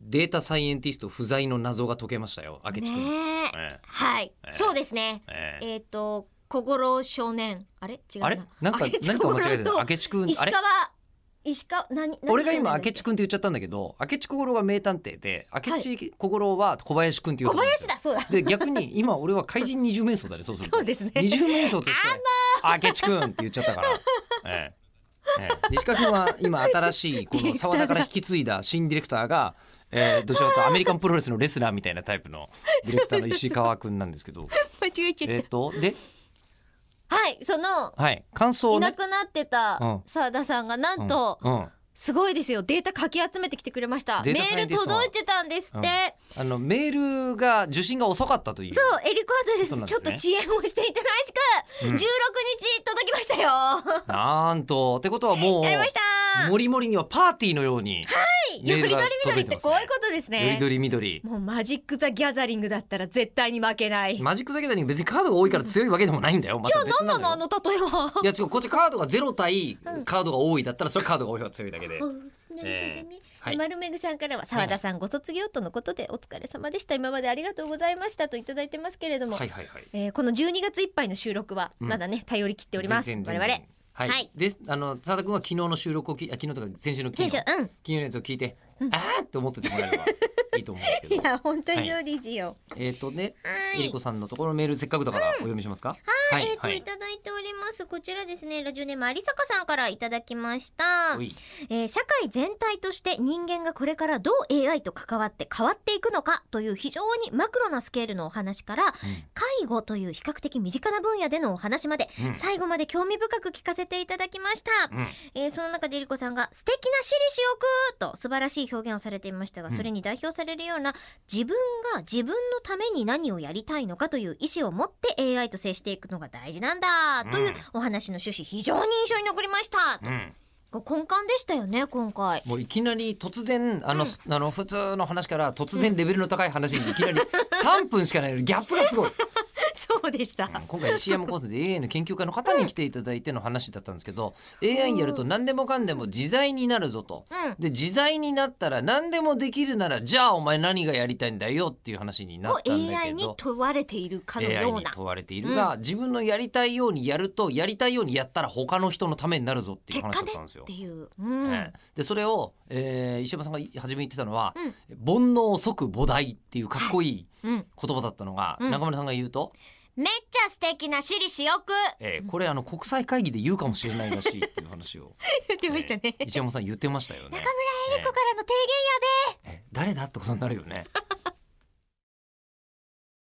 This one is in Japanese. データサイエンティスト不在の謎が解けましたよ明智ね君、えええはい、ええそうですねえええっ、と小五郎少年あれ違うなあれなんか明智何か間違えてる小五郎と明智君石あれ川石川何何俺が今少年だっ明け智君って言っちゃったんだけど明智小五郎は名探偵で明智小五郎は小林君って言小う林だそうだで逆に今俺は怪人二重面相だねそうするとそうですね二重面相として明智君って言っちゃったから、ええええ、で石川君は今新しいこの沢田から引き継いだ新ディレクターが、えー、どちらかというとアメリカンプロレスのレスラーみたいなタイプのディレクターの石川君なんですけど 間違えちえっとではいそのはい感想をいなねくなってたうん澤田さんがなんと、うんうんすごいですよデータかき集めてきてくれましたデメータサイエーンテルィスト届いてたんですって、うんあのメールが受信が遅かったというそうエリコアドレそうス、なんでちすょっねと遅延をしていたらしく、16日届きましたよなんとってことはもうやりましたもりもりにはパーティーのようにメよールりどりが緑届いっててますこういうねことですよりねどり緑もうマジック・ザ・ギャザリングだったら絶対に負けないマジックだけだに別にカードが多いから強いわけでもないんだよ。また別何なよのあの例えはいや違うこっちカードがゼロ対カードが多いだったらそれカードが多い方が強いだけで。おなるほどねえーはい丸めぐさんからは澤田さんご卒業とのことでお疲れ様でした今までありがとうございましたといただいてますけれども、はいはいはい。えーこの12月いっぱいの収録はまだね、頼り切っております我全然々全然はい。はいであの佐田君は昨日の収録をきあ昨日とか先週の昨選日手昨うん日のやつを聞いて、ああって思っててもらえればいいと思うんですけど い。や本当にそうですよ、えっとねはーいえりこさんのところのメールせっかくだからお読みしますか。はえーといただいておりますこちらですねラジオネーム有坂さんからいただきましたおいえー社会全体として人間がこれからどう AI と関わって変わっていくのかという非常にマクロなスケールのお話から、介護という比較的身近な分野でのお話まで、うん最後まで興味深く聞かせていただきました、うんえーその中でえりこさんが「素敵な私利私欲」と素晴らしい表現をされていましたが、それに代表されるような自分が自分のために何をやりたいのかという意思を持って AI と接していくのが大事なんだというお話の趣旨非常に印象に残りました、うん。こう根幹でしたよね今回もういきなり突然あの、あの普通の話から突然レベルの高い話にいき なり3分しかないのにギャップがすごい。 そうでした、今回 CM コースで AI の研究家の方に来ていただいての話だったんですけど AI やると何でもかんでも自在になるぞとうんで自在になったら何でもできるならじゃあお前何がやりたいんだよっていう話になをったんだ AI けにど問われているかの AI ようにな問われているが自分のやりたいようにやるとやりたいようにやったら他の人のためになるぞっていう結話だ果っでたんですっよて。いう、うんええでそれを、えー石山さんが初め言ってたのは「うん煩悩即菩提」っていうかっこいいうん言葉だったのが、うん中村さんが言うと、めっちゃ素敵な私利私欲えーこれあの国際会議で言うかもしれないらしいっていう話を、 言ってましたね、えー石山さん言ってましたよね。中村江里子からの提えーえー誰だってことになるよね。